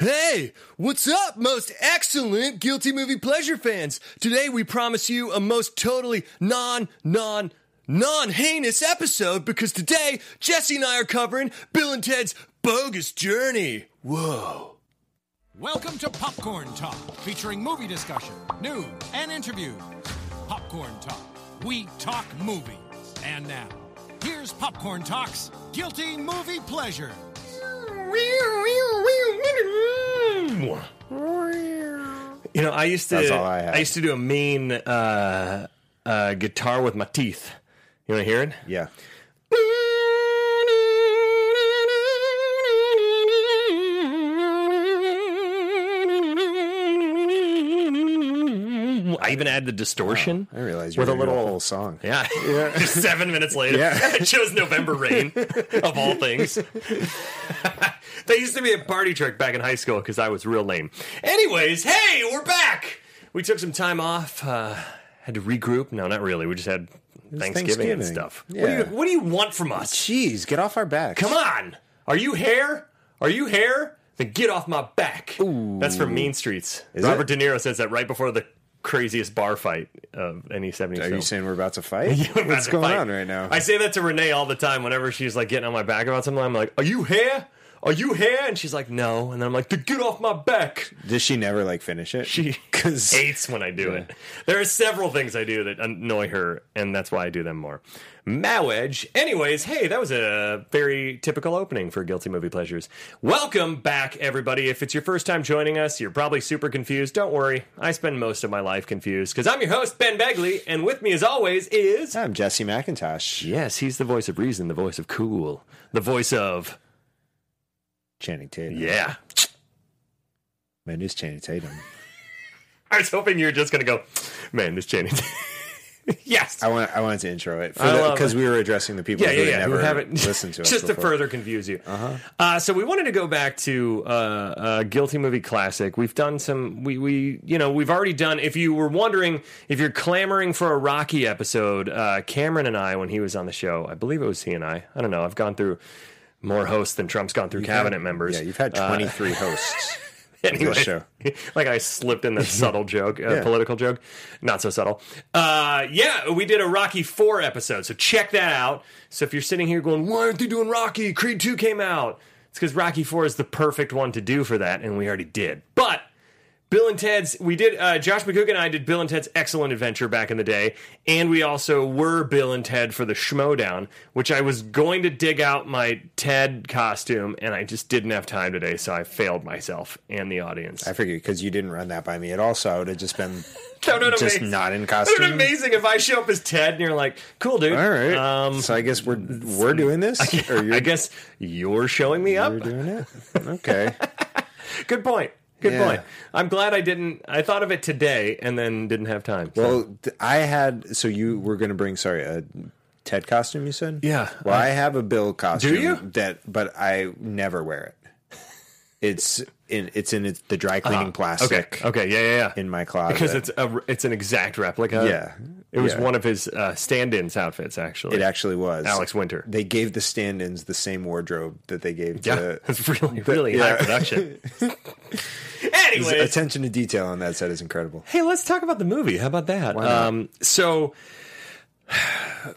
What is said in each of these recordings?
Hey, what's up, most excellent Guilty Movie Pleasure fans? Today we promise you a most totally non, non, non heinous episode because today Jesse and I are covering Bill and Ted's bogus journey. Whoa. Welcome to Popcorn Talk, featuring movie discussion, news, and interviews. Popcorn Talk, we talk movies. And now, here's Popcorn Talk's Guilty Movie Pleasure. You know, I used to That's all I had. used to do a mean uh, uh, guitar with my teeth. You want to hear it? Yeah. I even add the distortion. Oh, I realized you were with a gonna do a little whole song. Yeah, Just seven minutes later, Yeah. I chose November Rain of all things. that used to be a party trick back in high school because I was real lame. Anyways, hey, we're back. We took some time off, uh, had to regroup. No, not really. We just had Thanksgiving, and Thanksgiving. stuff. Yeah. What, do you, what do you want from us? Jeez, get off our back. Come on. Are you hair? Are you hair? Then get off my back. That's from Mean Streets. Is Robert it? De Niro says that right before the craziest bar fight of any 70s Are film. you saying we're about to fight? We're about What's to going fight. on right now? I say that to Renee all the time. Whenever she's like getting on my back about something, I'm like, "Are you here? Are you here?" And she's like, "No." And then I'm like, "Then "Get off my back." Does she never like finish it? She because hates when I do it. There are several things I do that annoy her, and that's why I do them more. Mowage. Anyways, hey, that was a very typical opening for Guilty Movie Pleasures. Welcome back, everybody. If it's your first time joining us, you're probably super confused. Don't worry. I spend most of my life confused because I'm your host, Ben Begley, and with me, as always, is. I'm Jesse McIntosh, Yes, he's the voice of reason, the voice of cool, the voice of Channing Tatum. yeah. Man, who's Channing Tatum? I was hoping you were just gonna go, man, this Channing. yes. I want. I wanted to intro it I love because we were addressing the people yeah, who yeah, yeah. never Who haven't listened to us. just to before. further confuse you. Uh-huh. so we wanted to go back to uh, uh, guilty movie classic. We've done some. We we you know we've already done. If you were wondering, if you're clamoring for a Rocky episode, uh, Cameron and I, when he was on the show, I believe it was he and I. I don't know. I've gone through more hosts than Trump's gone through cabinet members. Uh, Yeah, you've had 23 hosts. anyway, this show. like I slipped in that subtle joke, uh, Yeah. political joke, not so subtle. Uh, yeah, we did a Rocky Four episode, so check that out. So if you're sitting here going, "Why aren't they doing Rocky? Creed Two came out." It's because Rocky Four is the perfect one to do for that, and we already did. But Bill and Ted's, we did, uh, Josh McCook and I did Bill and Ted's Excellent Adventure back in the day. And we also were Bill and Ted for the Schmodown, which I was going to dig out my Ted costume, and I just didn't have time today, so I failed myself and the audience. I figured because you didn't run that by me at all, so I would have just been That would've been just amazing. not Isn't in it costume. amazing if I show up as Ted and you're like, cool, dude. All right. Um, so I guess we're we're doing this, or you're I guess you're showing me up. you're doing it. Okay. Good point. Good Yeah. point. I'm glad I didn't, I thought of it today and then didn't have time. so. Well, th- I had so you were going to bring sorry a Ted costume. You said Yeah. Well, I have a Bill costume. you? that? But I never wear it. It's in it's in its, the dry Uh-huh. cleaning okay. plastic Okay. Yeah. Yeah. yeah. in my closet because it's a it's an exact replica. Yeah. it was Yeah. one of his uh, stand-ins outfits actually. it actually was Alex Winter. They gave the stand-ins the same wardrobe that they gave yeah, to. it's really really high yeah. production. Anyways, Attention to detail on that set is incredible. hey, let's talk about the movie. How about that? Um, so,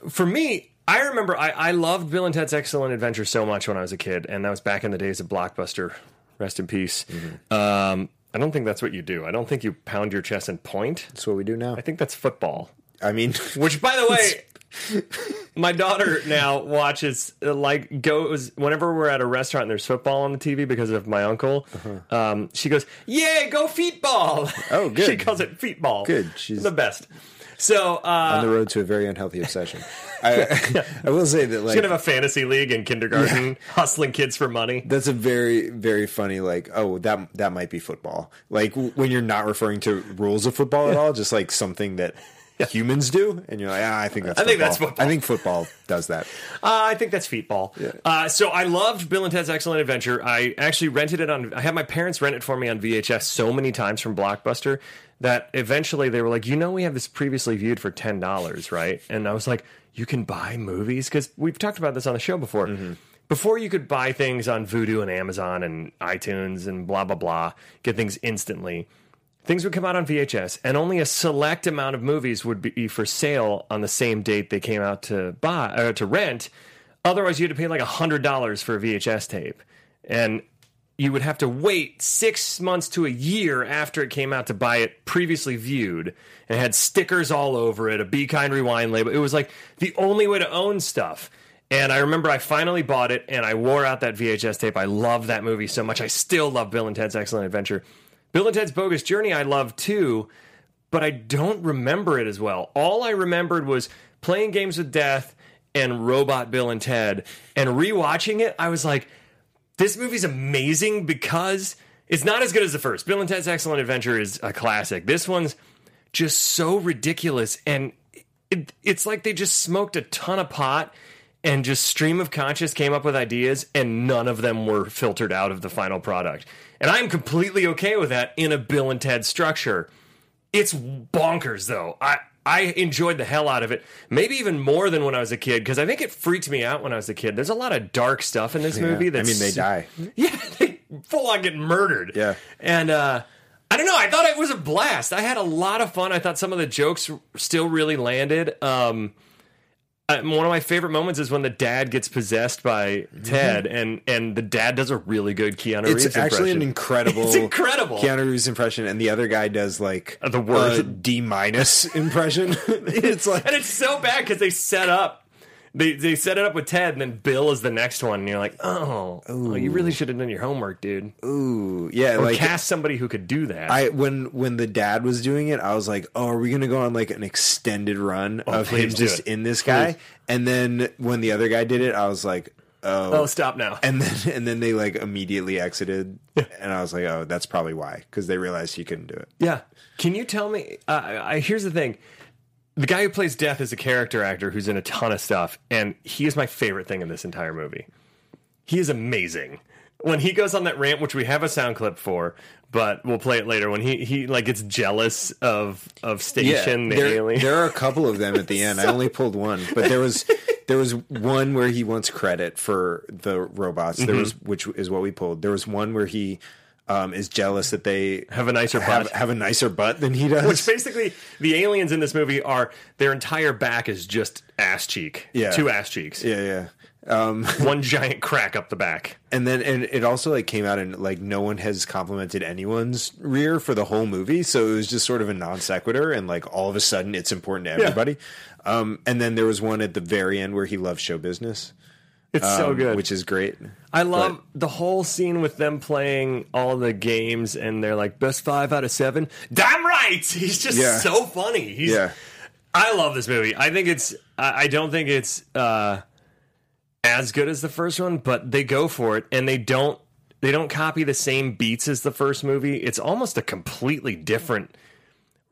for me, I remember I, I loved Bill and Ted's Excellent Adventure so much when I was a kid, and that was back in the days of Blockbuster. Rest in peace. Um, I don't think that's what you do. I don't think you pound your chest and point. That's what we do now. I think that's football. I mean, Which, by the way, my daughter now watches uh, like goes whenever we're at a restaurant and there's football on the TV because of my uncle. Um, she goes, "Yeah, go feetball." Uh-huh. Oh, good. she calls it feetball. Good. She's- the best. So uh, on the road to a very unhealthy obsession. I, I will say that like gonna have a fantasy league in kindergarten, hustling kids for money. That's a very very funny like oh that that might be football like w- when you're not referring to rules of football at all just like something that humans do and you're like ah, I think that's I football. think that's football. I think football does that Uh, I think that's feetball. Uh, so I loved Bill and Ted's Excellent Adventure. I actually rented it on. I had my parents rent it for me on VHS so many times from Blockbuster that eventually they were like, "You know, we have this previously viewed for ten dollars, right?" And I was like, "You can buy movies because we've talked about this on the show before." before you could buy things on Vudu and Amazon and iTunes and blah blah blah, get things instantly. Things would come out on VHS, and only a select amount of movies would be for sale on the same date they came out to buy or to rent. Otherwise, you had to pay like hundred dollars for a VHS tape, and you would have to wait six months to a year after it came out to buy it previously viewed and it had stickers all over it, a Be Kind Rewind label. It was like the only way to own stuff. And I remember I finally bought it and I wore out that VHS tape. I love that movie so much. I still love Bill and Ted's Excellent Adventure. Bill and Ted's Bogus Journey, I love too, but I don't remember it as well. All I remembered was playing games with death and Robot Bill and Ted. And rewatching it, I was like, this movie's amazing because it's not as good as the first. Bill and Ted's Excellent Adventure is a classic. This one's just so ridiculous, and it, it's like they just smoked a ton of pot and just stream of conscious came up with ideas, and none of them were filtered out of the final product. And I'm completely okay with that in a Bill and Ted structure it's bonkers though. I I enjoyed the hell out of it. Maybe even more than when I was a kid because I think it freaked me out when I was a kid. There's a lot of dark stuff in this movie. I That's mean, they die. Yeah, they full on get murdered. Yeah. and uh, I don't know. I thought it was a blast. I had a lot of fun. I thought some of the jokes still really landed. Um, I- one of my favorite moments is when the dad gets possessed by Ted, and and the dad does a really good Keanu Reeves Mm-hmm. It's actually impression. an incredible, It's incredible. Keanu Reeves impression, and the other guy does like The word. a D minus impression. it's like and it's so bad because they set up they they set it up with Ted and then Bill is the next one and you're like oh well, you really should have done your homework dude ooh, yeah, or like cast somebody who could do that I when when the dad was doing it, I was like, "Oh, are we going to go on like an extended run of him Oh, please do just it. in this guy?" And then when the other guy did it, I was like, "Oh." oh stop now And then and then they like immediately exited, and I was like, "Oh, that's probably why," because they realized he couldn't do it. yeah can you tell me uh, I, I- here's the thing the guy who plays Death is a character actor who's in a ton of stuff and he is my favorite thing in this entire movie he is amazing when he goes on that rant which we have a sound clip for but we'll play it later when he he like gets jealous of of station the there, alien there are a couple of them at the end. I only pulled one, but there was there was one where he wants credit for the robots. There Mm-hmm. was which is what we pulled. There was one where he um, is jealous that they Have a nicer have, butt. have a nicer butt than he does. Which basically, the aliens in this movie are their entire back is just ass cheek. Yeah. Two ass cheeks. yeah, yeah. Um, One giant crack up the back. and then and it also like came out and like no one has complimented anyone's rear for the whole movie, so it was just sort of a non sequitur, and like all of a sudden it's important to everybody. Um, and then there was one at the very end where he loves show business, It's so um, good. which is great. I love the whole scene with them playing all the games and they're like, best five out of seven. Damn right! He's just Yeah. so funny. He's, Yeah. I love this movie. I think it's, I I don't think it's uh, as good as the first one, but they go for it and they don't. They don't copy the same beats as the first movie. It's almost a completely different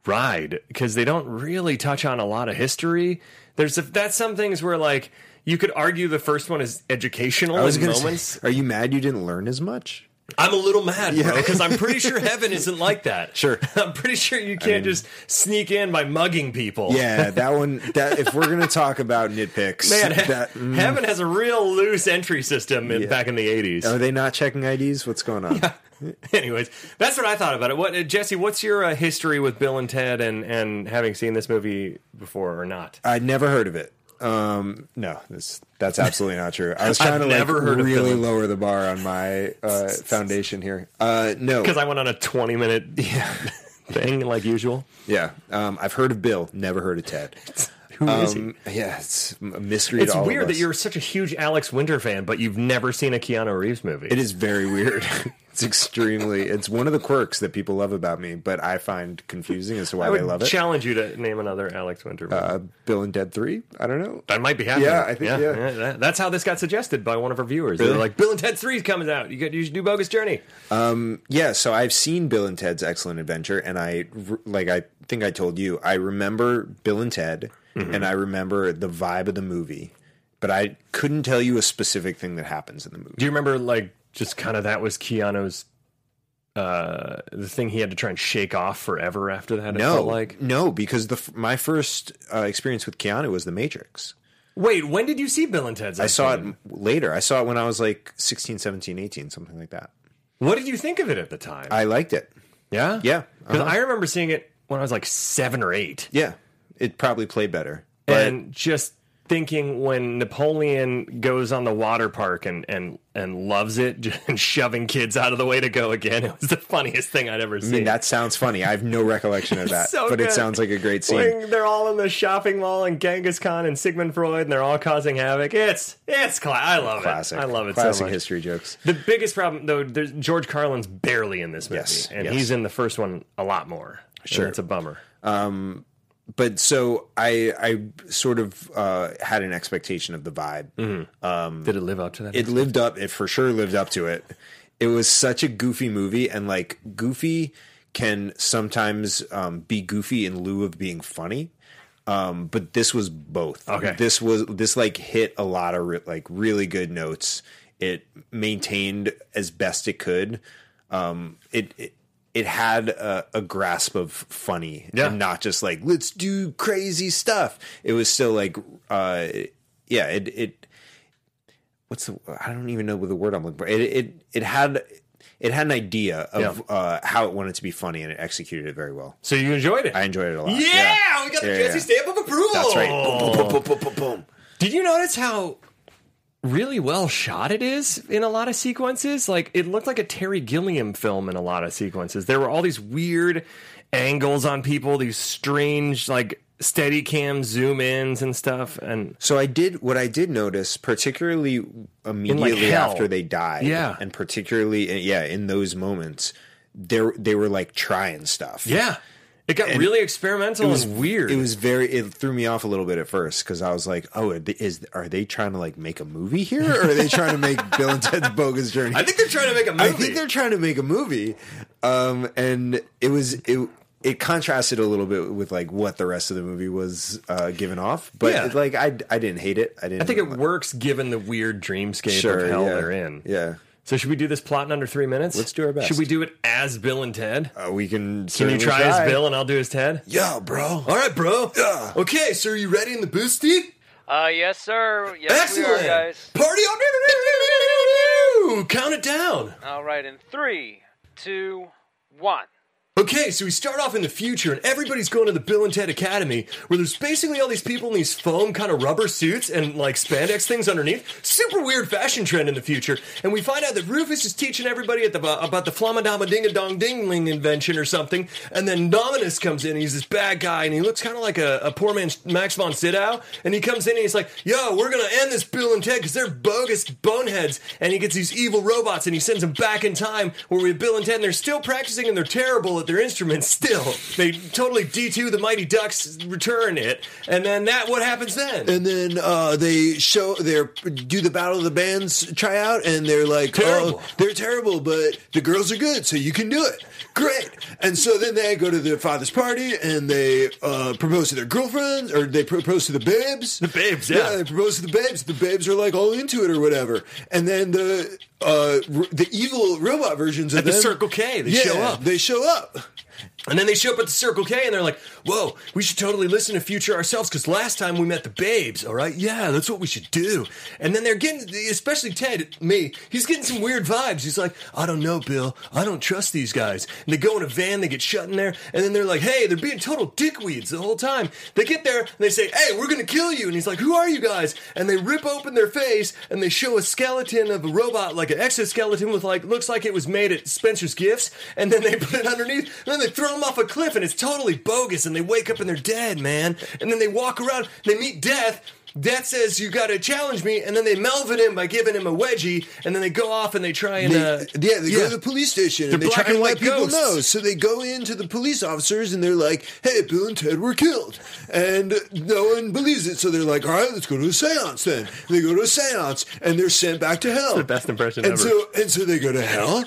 ride because they don't really touch on a lot of history. There's a, that's some things where like you could argue the first one is educational I was in gonna moments. say, Um, are you mad you didn't learn as much? I'm a little mad, bro, because I'm pretty sure heaven isn't like that. Sure. I'm pretty sure you can't just sneak in by mugging people. Yeah, that one. That if we're gonna talk about nitpicks, Man, he- that, mm, heaven has a real loose entry system in, back in the 80s. are they not checking IDs? What's going on? Anyways, that's what I thought about it. What uh, Jesse, what's your uh, history with Bill and Ted and, and having seen this movie before or not? I'd never heard of it. Um, no, that's that's absolutely not true. I was trying I've to like never heard of really Philip. lower the bar on my uh, foundation here. Uh, no, Because I went on a 20 minute thing like usual. yeah, um, I've heard of Bill, never heard of Ted. Who is he? Um, yeah, it's a mystery. It's to all of weird that us. you're such a huge Alex Winter fan, but you've never seen a Keanu Reeves movie. It is very weird. it's extremely. It's one of the quirks that people love about me, but I find confusing as to I why they would love it. challenge you to name another Alex Winter movie. uh, Bill and Dead Three. I don't know. That might be happening. Yeah, I think- yeah. that- that's how this got suggested by one of our viewers. They Really? were like, "Bill and Ted Three comes out. You got you should do Bogus Journey." Yeah, so I've seen Bill and Ted's Excellent Adventure, and I r- like I think I told you I remember Bill and Ted, Mm-hmm. and I remember the vibe of the movie, but I couldn't tell you a specific thing that happens in the movie. Do you remember like just kind of that was Keanu's uh, the thing he had to try and shake off forever after that? it No, felt like no, because the f- my first uh, experience with Keanu was The Matrix. Wait, when did you see Bill and Ted's? I saw it later. I saw it when I was like 16, 17, 18, something like that. What did you think of it at the time? I liked it. yeah, yeah, 'Cause uh-huh. I remember seeing it when I was like seven or eight, Yeah. It probably played better. But and just thinking when Napoleon goes on the water park and and and loves it and shoving kids out of the way to go again. It was the funniest thing I'd ever seen. I mean, that sounds funny. I have no recollection of that. So but good. it sounds like a great scene. When they're all in the shopping mall and Genghis Khan and Sigmund Freud and they're all causing havoc. It's it's cla- I love Classic. it. I love it Classic so much. history jokes. The biggest problem though, there's George Carlin's barely in this movie, Yes, and yes. he's in the first one a lot more. Sure. it's a bummer. But so I I sort of uh, had an expectation of the vibe. Did it live up to that? It lived up. It for sure lived up to it. It was such a goofy movie, and like goofy can sometimes um, be goofy in lieu of being funny. Um, but this was both. Okay. This was this like hit a lot of re- like really good notes. It maintained as best it could. Um, it. it it had a, a grasp of funny Yeah. and not just like let's do crazy stuff. It was still like, uh, yeah, it it what's the I don't even know the word I'm looking for. It it it had it had an idea of Yeah. uh, how it wanted to be funny, and it executed it very well. so you enjoyed it? I enjoyed it a lot. yeah, we got the Yeah, Jesse yeah. stamp of approval. That's right. Boom, boom, boom, boom, boom, boom, boom. Did you notice how really well shot it is in a lot of sequences? Like it looked like a Terry Gilliam film in a lot of sequences. There were all these weird angles on people, these strange like steady cam zoom ins and stuff. And So I did what I did notice, particularly immediately hell. after they died, Yeah. and particularly uh, yeah, in those moments, there they were like trying stuff. yeah, it got really experimental It was and weird. It was very. It threw me off a little bit at first because I was like, "Oh, are they- is are they trying to like make a movie here, or are they trying to make Bill and Ted's Bogus Journey?" I think they're trying to make a movie. I think they're trying to make a movie. Um, and it was it it contrasted a little bit with like what the rest of the movie was uh, given off, but Yeah. like I I didn't hate it. I didn't. I think it works given the weird dreamscape Sure, of hell yeah. they're in. Yeah, So should we do this plot in under three minutes? Let's do our best. Should we do it as Bill and Ted? uh, we can. Can you certainly try, as Bill and I'll do as Ted? Yeah, bro. All right, bro. Okay, so are you ready in the booth, Steve? Uh, yes, sir. Yes, we are, guys. Party on! Count it down. All right, in three, two, one. Okay, so we start off in the future, and everybody's going to the Bill and Ted Academy, where there's basically all these people in these foam kind of rubber suits and like spandex things underneath. Super weird fashion trend in the future, and we find out that Rufus is teaching everybody at the, about the flamadama dinga dong dingling invention or something, and then Dominus comes in. And he's this bad guy, and he looks kind of like a, a poor man's Max von Sydow, and he comes in and he's like, "Yo, we're gonna end this Bill and Ted because they're bogus boneheads." And he gets these evil robots, and he sends them back in time where we have Bill and Ted, and they're still practicing, and they're terrible at their instruments. Still, they totally D two the Mighty Ducks return it, and then that what happens then? and then uh, they show their do the battle of the bands tryout, and they're like, Terrible. "Oh, they're terrible, but the girls are good, so you can do it." Great. And so then they go to their father's party, and they uh, propose to their girlfriends, or they propose to the babes. The babes, yeah. they propose to the babes. The babes are like all into it or whatever. And then the uh, r- the evil robot versions of At the them- Circle K, they Yeah, show up. They show up. And then they show up at the Circle K and they're like, whoa, we should totally listen to Future ourselves because last time we met the babes, all right? Yeah, that's what we should do. And then they're getting, especially Ted, me, he's getting some weird vibes. He's like, I don't know, Bill. I don't trust these guys. And they go in a van, they get shut in there, and then they're like, hey, they're being total dickweeds the whole time. They get there and they say, hey, we're going to kill you. And he's like, who are you guys? And they rip open their face and they show a skeleton of a robot, like an exoskeleton with like, looks like it was made at Spencer's Gifts. And then they put it underneath and then they throw them off a cliff and it's totally bogus. And they wake up and they're dead, man. And then they walk around, they meet death. Death says, you gotta challenge me. And then they Melvin him by giving him a wedgie. And then they go off and they try and, They, uh, yeah, they go yeah. to the police station They're and they try black and and let white people ghosts. know. So they go into the police officers and they're like, "Hey, Bill and Ted were killed," and no one believes it. So they're like, "All right, let's go to a séance then." And they go to a séance and they're sent back to hell. best impression and ever. So and so they go to hell,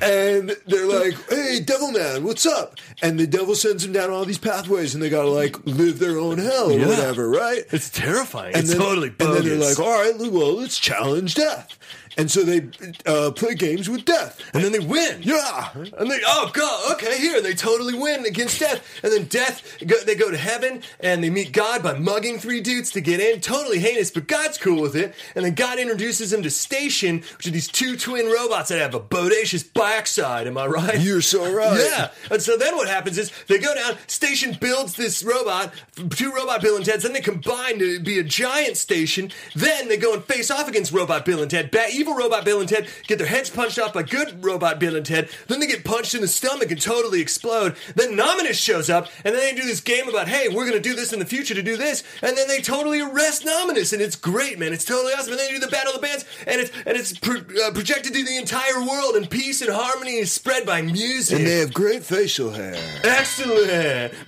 and they're like, "Hey, Devil Man, what's up?" And the devil sends them down all these pathways, and they gotta like live their own hell or Yeah. whatever, right? It's terrifying. And it's then, totally And bogus. then they're like, all right, well, let's challenge death. and so they uh, play games with death. And then they win. Yeah, And they, oh God, okay, here they totally win against death, and then death go, they go to heaven and they meet God by mugging three dudes to get in. Totally heinous, but God's cool with it. And then God introduces him to Station, which are these two twin robots that have a bodacious backside. Am I right? you're so right. Yeah. And so then what happens is they go down, station builds this robot, two robot Bill and Ted's, then they combine to be a giant station. Then they go and face off against Robot Bill and Ted. Bad, evil Robot Bill and Ted get their heads punched off by good Robot Bill and Ted. Then they get punched in the stomach and totally explode. Then Nominus shows up, and then they do this game about, hey, we're going to do this in the future to do this. And then they totally arrest Nominus, and it's great, man. It's totally awesome. And then they do the Battle of the Bands, and it's, and it's pro- uh, projected to the entire world, and peace and harmony is spread by music. And they have great facial hair. Excellent.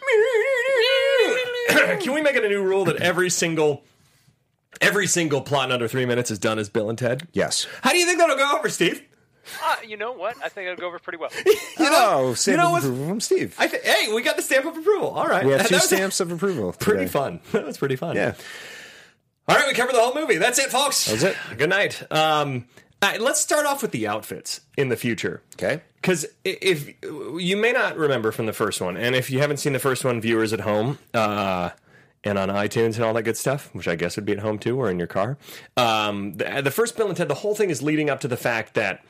Can we make it a new rule that every single every single plot in under three minutes is done as Bill and Ted? Yes. How do you think that'll go over, Steve? Uh, you know what? I think it'll go over pretty well. oh, stamp know of what's- approval from Steve. I th- hey, we got the stamp of approval. All right, we have That two was stamps of approval. Pretty today. fun. That was pretty fun. Yeah. All right, we covered the whole movie. That's it, folks. That's it. Good night. Um, all right, let's start off with the outfits in the future. Okay. Because if you may not remember from the first one, and if you haven't seen the first one, viewers at home uh, and on iTunes and all that good stuff, which I guess would be at home too or in your car, um, the, the first Bill and Ted, the whole thing is leading up to the fact that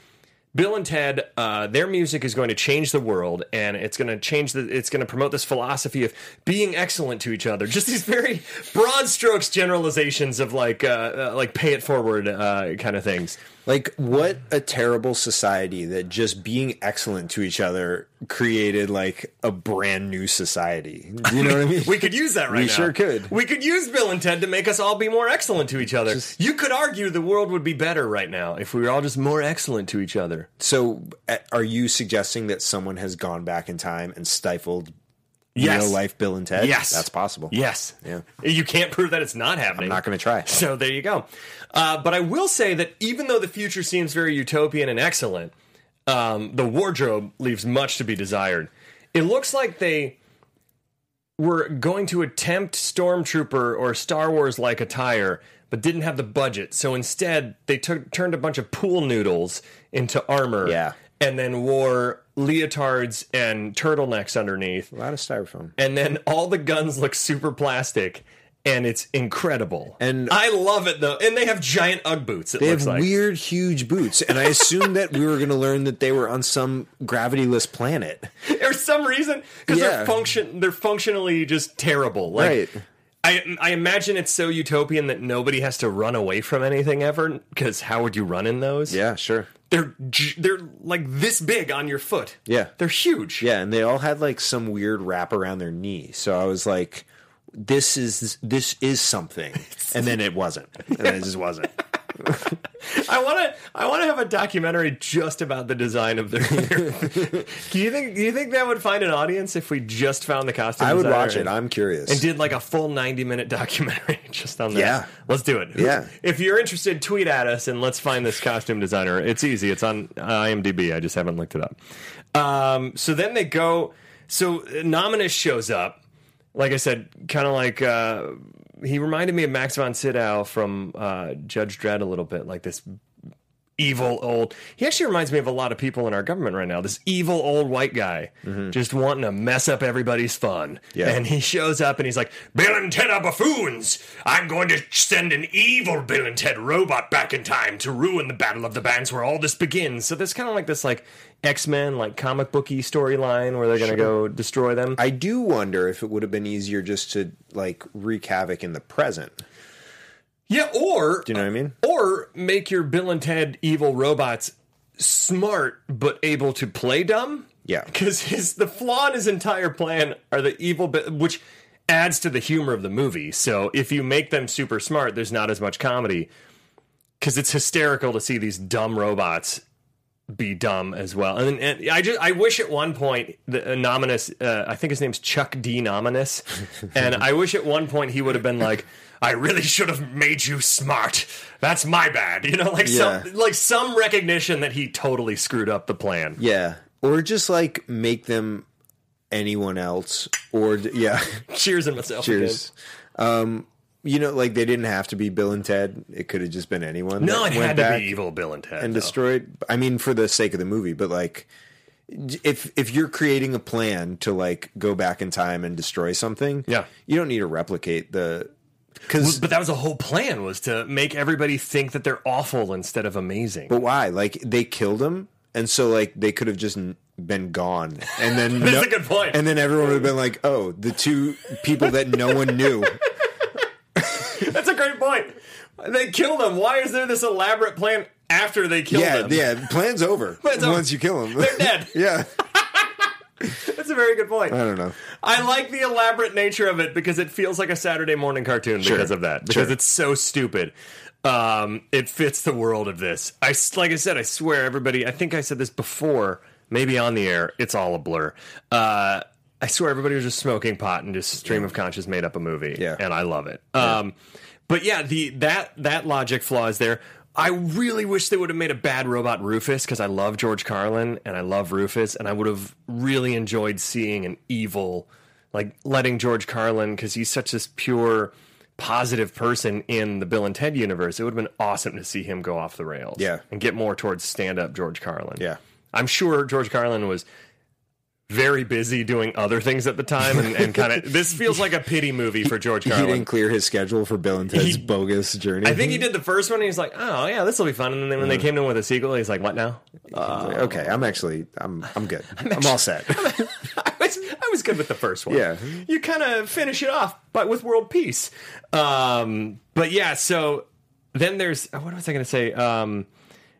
Bill and Ted, uh, their music is going to change the world, and it's going to change the. It's going to promote this philosophy of being excellent to each other. Just these very broad strokes generalizations of like uh, uh, like pay it forward uh, kind of things. Like what Um, a terrible society that just being excellent to each other created like a brand new society. Do you know what I mean? We could use that right We now. sure could. We could use Bill and Ted to make us all be more excellent to each other. you could argue the world would be better right now if we were all just more excellent to each other. So, uh, are you suggesting that someone has gone back in time and stifled Yes. real life Bill and Ted? Yes. that's possible. Yes. Yeah. You can't prove that it's not happening. I'm not going to try. So there you go. Uh, but I will say that even though the future seems very utopian and excellent, um, the wardrobe leaves much to be desired. It looks like they were going to attempt stormtrooper or Star Wars like attire, but didn't have the budget. So instead, they took turned a bunch of pool noodles into armor. Yeah. And then wore leotards and turtlenecks underneath. A lot of styrofoam. And then all the guns look super plastic. And it's incredible. And- I love it though. And they have giant UGG boots. It They looks have like weird, huge boots, and I assumed that we were going to learn that they were on some gravityless planet. for some reason because Yeah. they're function they're functionally just terrible. Like Right. I I imagine it's so utopian that nobody has to run away from anything ever. Because how would you run in those? Yeah, sure. they're gi- they're like this big on your foot. Yeah. they're huge. Yeah, and they all had like some weird wrap around their knee. So I was like, "This is this is something," and then it wasn't, and then it just wasn't. I want to I want to have a documentary just about the design of their. hair. do you think Do you think that would find an audience if we just found the costume? I would designer watch it. and- I'm curious. and did like a full 90 minute documentary just on that. Yeah. Let's do it. Yeah. If you're interested, tweet at us and let's find this costume designer. It's easy. It's on IMDb. I just haven't looked it up. Um, so then they go. So uh, Nominus shows up. Like I said, kind of like uh, he reminded me of Max von Sydow from uh, Judge Dredd a little bit, like this evil old. He actually reminds me of a lot of people in our government right now. This evil old white guy just wanting to mess up everybody's fun. Mm-hmm. Yeah. And he shows up and he's like, Bill and Ted are buffoons. I'm going to send an evil Bill and Ted robot back in time to ruin the Battle of the Bands where all this begins. So there's kind of like this like X Men like comic booky storyline where they're going to go destroy them. I do wonder if it would have been easier just to like wreak havoc in the present. yeah, or Do you know what I mean? or make your Bill and Ted evil robots smart but able to play dumb. Yeah. because his the flaw in his entire plan are the evil, bit, which adds to the humor of the movie. So if you make them super smart, there's not as much comedy because it's hysterical to see these dumb robots be dumb as well. And, and I just I wish at one point the anonymous uh, I think his name's Chuck D. Nominus, and I wish at one point he would have been like. I really should have made you smart. That's my bad. You know, like Yeah. some like some recognition that he totally screwed up the plan. Yeah, or just like make them anyone else, or d- yeah, Cheers and myself. cheers. Um, You know, like they didn't have to be Bill and Ted. It could have just been anyone. No, it that had went to back be evil Bill and Ted. and though. destroyed. I mean, for the sake of the movie, but like, if if you're creating a plan to like go back in time and destroy something, Yeah. you don't need to replicate the because. But that was the whole plan was to make everybody think that they're awful instead of amazing. But why? Like they killed him, and so like they could have just n- been gone, and then That's no- a good point. And then everyone would have been like, "Oh, the two people that no one knew." That's a great point. They killed them. Why is there this elaborate plan after they killed yeah, them? yeah. Plan's over Plan's over. once you kill them. They're dead. yeah, That's a very good point. I don't know. I like the elaborate nature of it because it feels like a Saturday morning cartoon because of that. Because Sure. it's so stupid. Um, it fits the world of this. I s- like I said, I swear everybody. I think I said this before, maybe on the air. It's all a blur. Uh, I swear everybody was just smoking pot and just stream of conscious made up a movie. Yeah. and I love it. Um, but yeah, the that that logic flaw is there. I really wish they would have made a bad robot Rufus because I love George Carlin and I love Rufus, and I would have really enjoyed seeing an evil, like letting George Carlin because he's such this pure, positive person in the Bill and Ted universe. It would have been awesome to see him go off the rails, Yeah. and get more towards stand up George Carlin. Yeah. I'm sure George Carlin was very busy doing other things at the time, and, and kind of this feels like a pity movie for George He Carlin. didn't clear his schedule for Bill and Ted's He- bogus journey. I think he did the first one. and He's like, oh Mm-hmm. yeah, this will be fun. And then when they came to him with a sequel, he's like, what now? okay, I'm actually, I'm, I'm good. Um, I'm, all set. I was I was good with the first one. Yeah. you kind of finish it off, but with world peace. Um, but yeah, so then there's oh, what was I going to say? Um,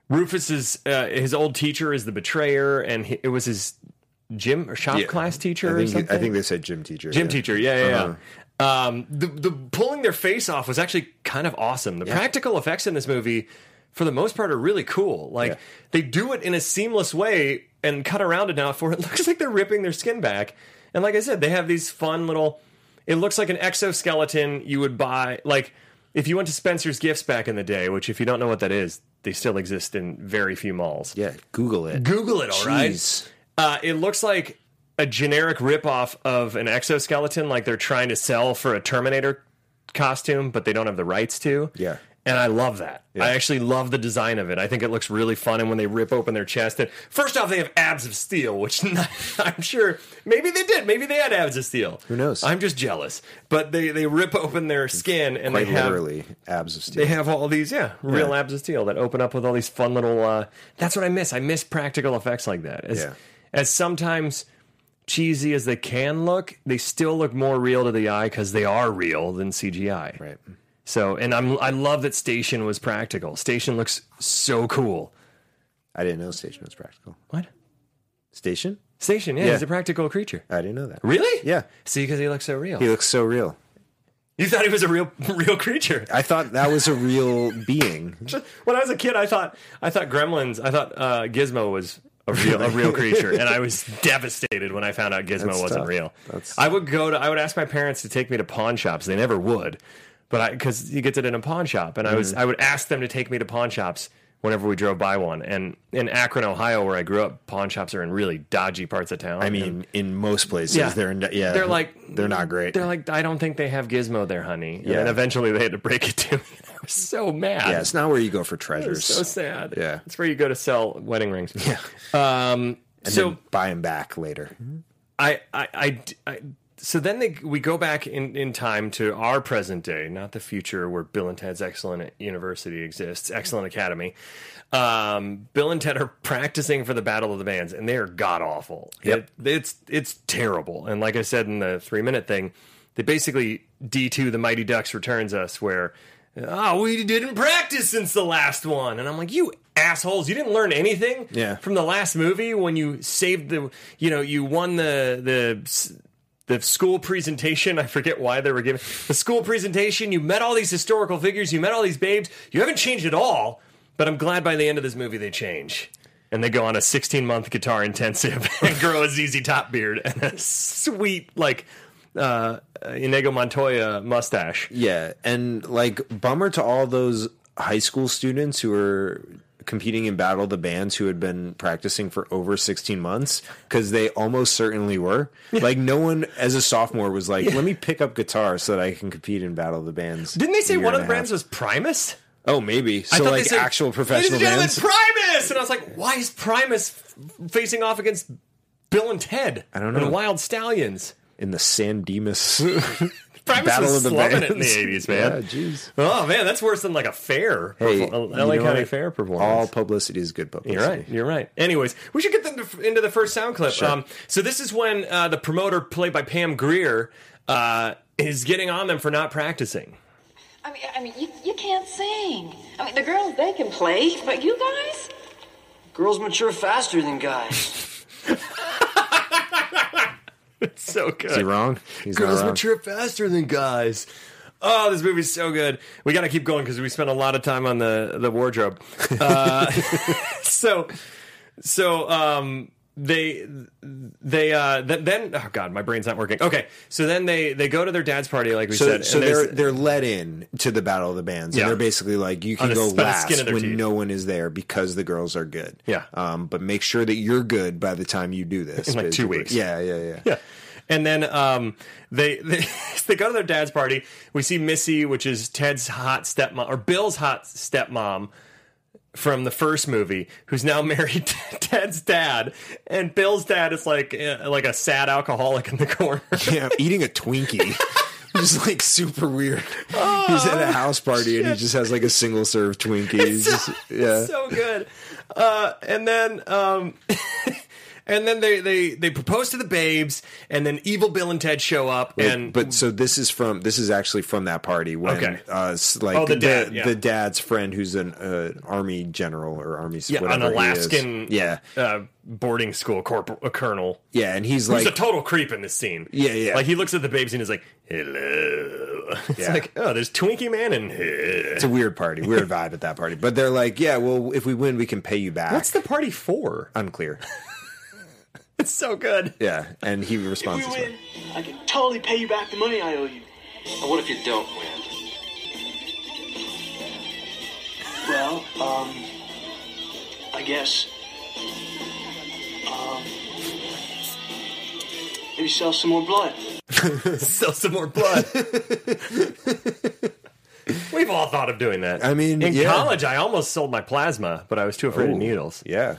Rufus's uh, his old teacher is the betrayer, and he, it was his gym or shop Yeah. class I teacher or think, something. I think they said gym teacher. Uh-huh. Gym teacher, yeah, yeah, yeah. Um, the the pulling their face off was actually kind of awesome. The practical effects in this movie, for the most part, are really cool. Like Yeah. they do it in a seamless way and cut around enough where it looks like they're ripping their skin back. And like I said, they have these fun little. It looks like an exoskeleton you would buy, like if you went to Spencer's Gifts back in the day. Which, if you don't know what that is, they still exist in very few malls. Yeah, Google it. Google it, all right. Jeez. Uh, it looks like a generic ripoff of an exoskeleton, like they're trying to sell for a Terminator costume, but they don't have the rights to. Yeah. And I love that. I actually love the design of it. I think it looks really fun. And when they rip open their chest, and first off, they have abs of steel, which I'm sure maybe they did. Maybe they had abs of steel. Who knows? I'm just jealous. But they they rip open their skin and Quite they have literally, abs of steel. they have all these, yeah, real abs of steel that open up with all these fun little. Uh, that's what I miss. I miss practical effects like that. As, Yeah. as sometimes cheesy as they can look, they still look more real to the eye because they are real than CGI. right. So, and I'm I love that Station was practical. Station looks so cool. I didn't know station was practical. What Station? Station? Yeah, Yeah. he's a practical creature. I didn't know that. Really? Yeah. See, because he looks so real. He looks so real. you thought he was a real real creature. I thought that was a real being. when I was a kid, I thought I thought Gremlins, I thought uh, Gizmo was a real a real creature, and I was devastated when I found out Gizmo That's wasn't tough. real. That's- I would go to I would ask my parents to take me to pawn shops. They never would, but I because you get it in a pawn shop, and I was I would ask them to take me to pawn shops whenever we drove by one. And in Akron, Ohio, where I grew up, pawn shops are in really dodgy parts of town. I mean, in most places, Yeah. they're in, yeah, They're like they're not great. They're like I don't think they have Gizmo there, honey. And Yeah. then eventually they had to break it to me. I was so mad. yeah, it's not where you go for treasures. It's so sad. Yeah. it's where you go to sell wedding rings. Yeah. Um. and so then buy them back later. I, I, I, I- so then they, we go back in, in time to our present day, not the future where Bill and Ted's Excellent University exists, Excellent Academy. Um, Bill and Ted are practicing for the Battle of the Bands, and they are god awful. Yep. It- it's it's terrible. And like I said in the three minute thing, they basically D two the Mighty Ducks returns us where. Oh, we didn't practice since the last one. And I'm like, you assholes, you didn't learn anything Yeah. from the last movie when you saved the you know you won the the the school presentation i forget why they were giving the school presentation you met all these historical figures you met all these babes you haven't changed at all but i'm glad by the end of this movie they change and they go on a 16 month guitar intensive and grow a ZZ Top beard and a sweet, like, uh, Inigo Montoya mustache. Yeah, and like bummer to all those high school students who are competing in battle the bands who had been practicing for over 16 months because they almost certainly were. Like, no one as a sophomore was like, let me pick up guitar so that I can compete in battle the bands. Didn't they a say year one of and the a half. brands was Primus? Oh, maybe. So, thought like, they said, actual Ladies professional and gentlemen, bands. Primus! And I was like, why is Primus f- facing off against Bill and Ted? I don't know. And Wild Stallions. in the San Dimas Primus Battle was of the slumming Bands. it in the 80s, man. Yeah, jeez. Oh, man, that's worse than like a fair. Hey, perfor- a you LA know County what? Fair performance. All publicity is good publicity. You're right. You're right. Anyways, we should get them to, into the first sound clip. Um, so this is when uh, the promoter, played by Pam Greer, uh, is getting on them for not practicing. I mean, I mean, you, you can't sing. I mean, the girls they can play, but you guys, Girls mature faster than guys. So good. Is he wrong? He's not Girls wrong. mature faster than guys. Oh, this movie's so good. We got to keep going because we spent a lot of time on the the wardrobe. Uh, so, so um, they they uh, th- then oh god, my brain's not working. Okay, so then they they go to their dad's party like we So, said. so and there's- they're they're let in to the battle of the bands, Yeah. and they're basically like, you On can the- go by the last skin of their when teeth. no one is there because the girls are good. Yeah. Um, but make sure that you're good by the time you do this. In, like, two basically. weeks. Yeah, yeah, yeah. Yeah. And then um, they they, they go to their dad's party. We see Missy, which is Ted's hot stepmom or Bill's hot stepmom from the first movie, who's now married to Ted's dad. And Bill's dad is like eh, like a sad alcoholic in the corner. Yeah, eating a Twinkie. Just like super weird. Oh, he's at a house party and he just has like a single serve Twinkie. He's just- yeah. so good. Uh, and then um, and then they, they they propose to the babes, and then evil Bill and Ted show up, Like, and but so this is from this is actually from that party when Okay. uh, s- like Oh, the the, dad, yeah. the dad's friend who's an uh, army general or army yeah, an whatever he is. Alaskan yeah uh, boarding school corporal uh, colonel. yeah and he's He's like a total creep in this scene. Yeah, yeah. Like he looks at the babes and he's like, "Hello." It's Yeah. like, oh, there's Twinkie Man and it's a weird party weird vibe at that party but they're like yeah well if we win we can pay you back what's the party for? unclear It's so good. yeah and he responds this way. I can totally pay you back the money I owe you. And what if you don't win? Well, um, I guess. Um, maybe sell some more blood. Sell some more blood. We've all thought of doing that. I mean, in yeah. college, I almost sold my plasma, but I was too afraid of Ooh. needles, yeah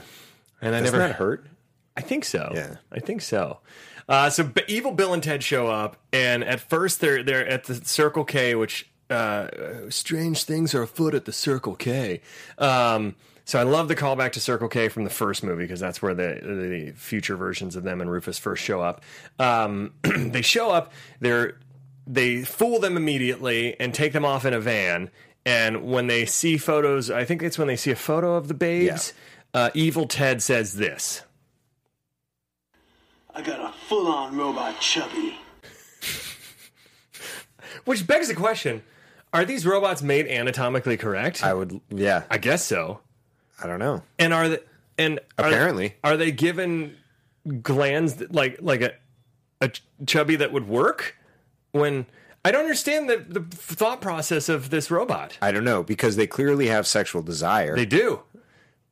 and I doesn't never that hurt I think so. Yeah. I think so. Uh, so B- evil Bill and Ted show up, and at first they're they're at the Circle K, which uh, strange things are afoot at the Circle K. Um, so I love the callback to Circle K from the first movie because that's where the, the future versions of them and Rufus first show up. Um, they show up, they're they fool them immediately and take them off in a van. And when they see photos, I think it's when they see a photo of the babes. Uh, evil Ted says this. I got a full on robot chubby. Which begs the question: Are these robots made anatomically correct? I would yeah I guess so. I don't know And are they? And are- Apparently. are, they given glands that, like like a a ch- chubby that would work? When I don't understand the the thought process of this robot. I don't know because they clearly have sexual desire They do.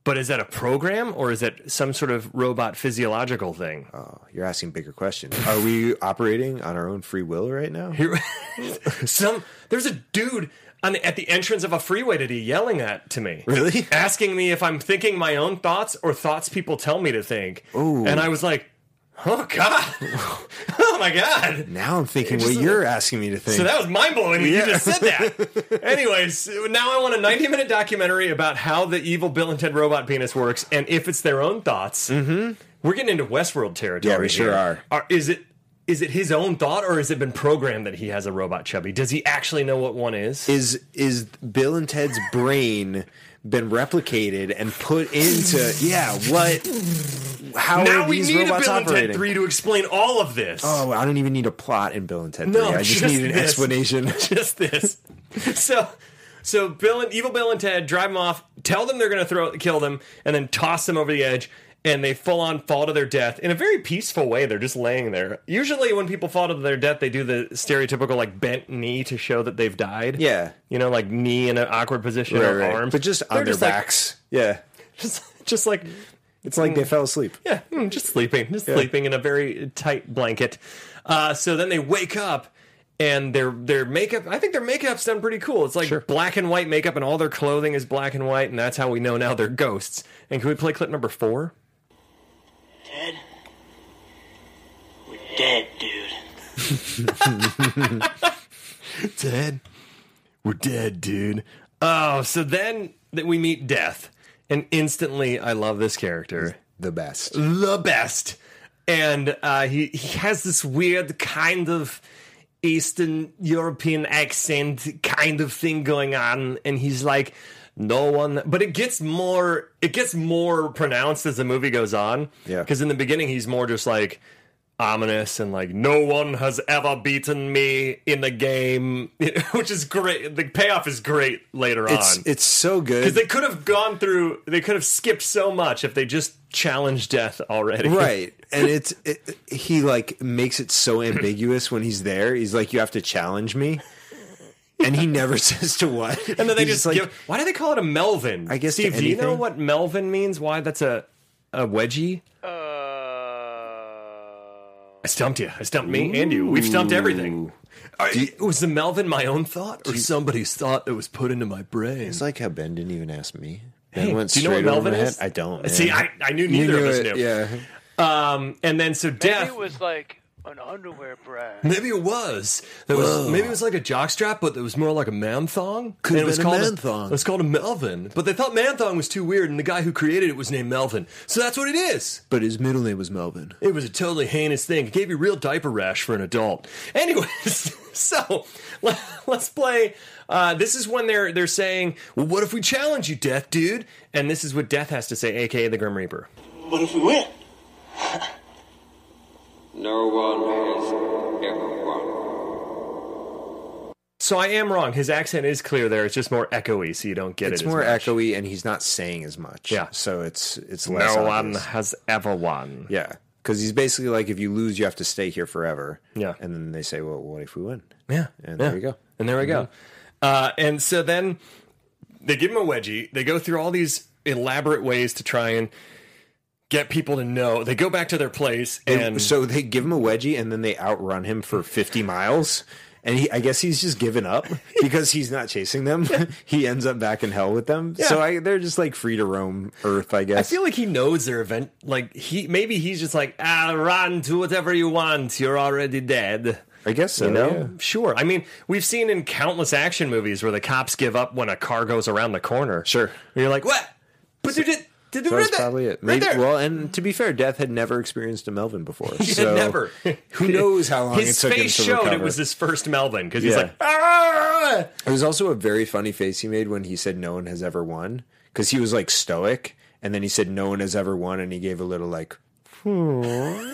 But is that a program or is that some sort of robot physiological thing? you're asking bigger questions are we operating on our own free will right now Here- some there's a dude on the, at the entrance of a freeway today yelling at to me. Really? Asking me if I'm thinking my own thoughts or thoughts people tell me to think. Ooh. And I was like, oh god, oh my god. now I'm thinking what just- you're asking me to think So that was mind blowing that you just said that. Anyways, now I want a 90 minute documentary about how the evil Bill and Ted robot penis works and if it's their own thoughts. Mm-hmm. We're getting into Westworld territory. Yeah, we sure here. are. Is it is it his own thought or has it been programmed that he has a robot chubby? Does he actually know what one is? is is Bill and Ted's brain been replicated and put into yeah what how now are we these need a robots Bill and operating? Ted 3 to explain all of this. Oh, I don't even need a plot in Bill and Ted. No, 3. I just, just need an this. explanation. just this. So, so Bill and evil Bill and Ted drive them off, tell them they're going to throw kill them, and then toss them over the edge. and they full on fall to their death in a very peaceful way. They're just laying there. Usually, when people fall to their death, they do the stereotypical like bent knee to show that they've died. Yeah. you know, like knee in an awkward position or arms, but just They're on their like- backs. yeah, just, just like it's like they fell asleep. yeah, mm, just sleeping, just sleeping in a very tight blanket. Uh, so then they wake up and their their makeup. I think their makeup's done pretty cool. It's like black and white makeup, and all their clothing is black and white, and that's how we know now they're ghosts. And can we play clip number four? Ted? We're dead, dude. dead. We're dead, dude. Oh, so then that we meet Death, and instantly I love this character. The best. the best. And uh, he he has this weird kind of Eastern European accent kind of thing going on, and he's like, no one. But it gets more it gets more pronounced as the movie goes on. Yeah. because in the beginning he's more just like ominous and like no one has ever beaten me in a game, which is great. The payoff is great later It's on. it's so good. Because they could have gone through, they could have skipped so much if they just challenged death already. right and it's it, he like makes it so ambiguous when he's there he's like you have to challenge me and he never says to what And then they just, give. Why do they call it a Melvin? I guess to Steve, do you know anything. what Melvin means? Why that's a a wedgie? Uh, I stumped you. I stumped me and you. We've stumped everything. I- was the Melvin my own thought or somebody's thought that was put into my brain? like how ben didn't even ask me ben Hey, do you know what Melvin is? i don't See, I, I knew neither of us knew. yeah Um, and then so maybe death. it was like an underwear brand. Maybe it was. There was maybe it was like a jockstrap, but it was more like a man thong. Could've And it was been a called man thong. It was called a Melvin, but they thought man thong was too weird, and the guy who created it was named Melvin. So that's what it is. but his middle name was melvin It was a totally heinous thing. It gave you real diaper rash for an adult. Anyways, so let, us play. Uh, this is when they're they're saying, "Well, what if we challenge you, Death, dude?" And this is what Death has to say, aka the Grim Reaper. What if we win? No one has ever won. So I am wrong. His accent is clear there. It's just more echoey, so you don't get it's it. as more much. echoey and he's not saying as much Yeah. so it's it's less No one obvious. has ever won. yeah because he's basically like if you lose you have to stay here forever Yeah. and then they say well what if we win Yeah. And yeah. there you go. And there we go. Uh, and so then they give him a wedgie. They go through all these elaborate ways to try and get people to know. They go back to their place and And so they give him a wedgie and then they outrun him for 50 miles. And he, I guess he's just given up because he's not chasing them. he ends up back in hell with them. So I, they're just like free to roam Earth, I I guess. feel like he knows their event. Like he maybe he's just like, ah, run, do whatever you want. You're already dead. I guess so. You know? yeah. Sure. I mean, we've seen in countless action movies where the cops give up when a car goes around the corner. Sure. And you're like, what? But they did, did they That right was there? probably it. Right Maybe- there. Well, and to be fair, Death had never experienced a Melvin before. He so had never. Who knows how long His it took him face to showed recover. it was his first Melvin because he's Yeah. like, ah! It was also a very funny face he made when he said no one has ever won because he was like stoic, and then he said no one has ever won, and he gave a little like,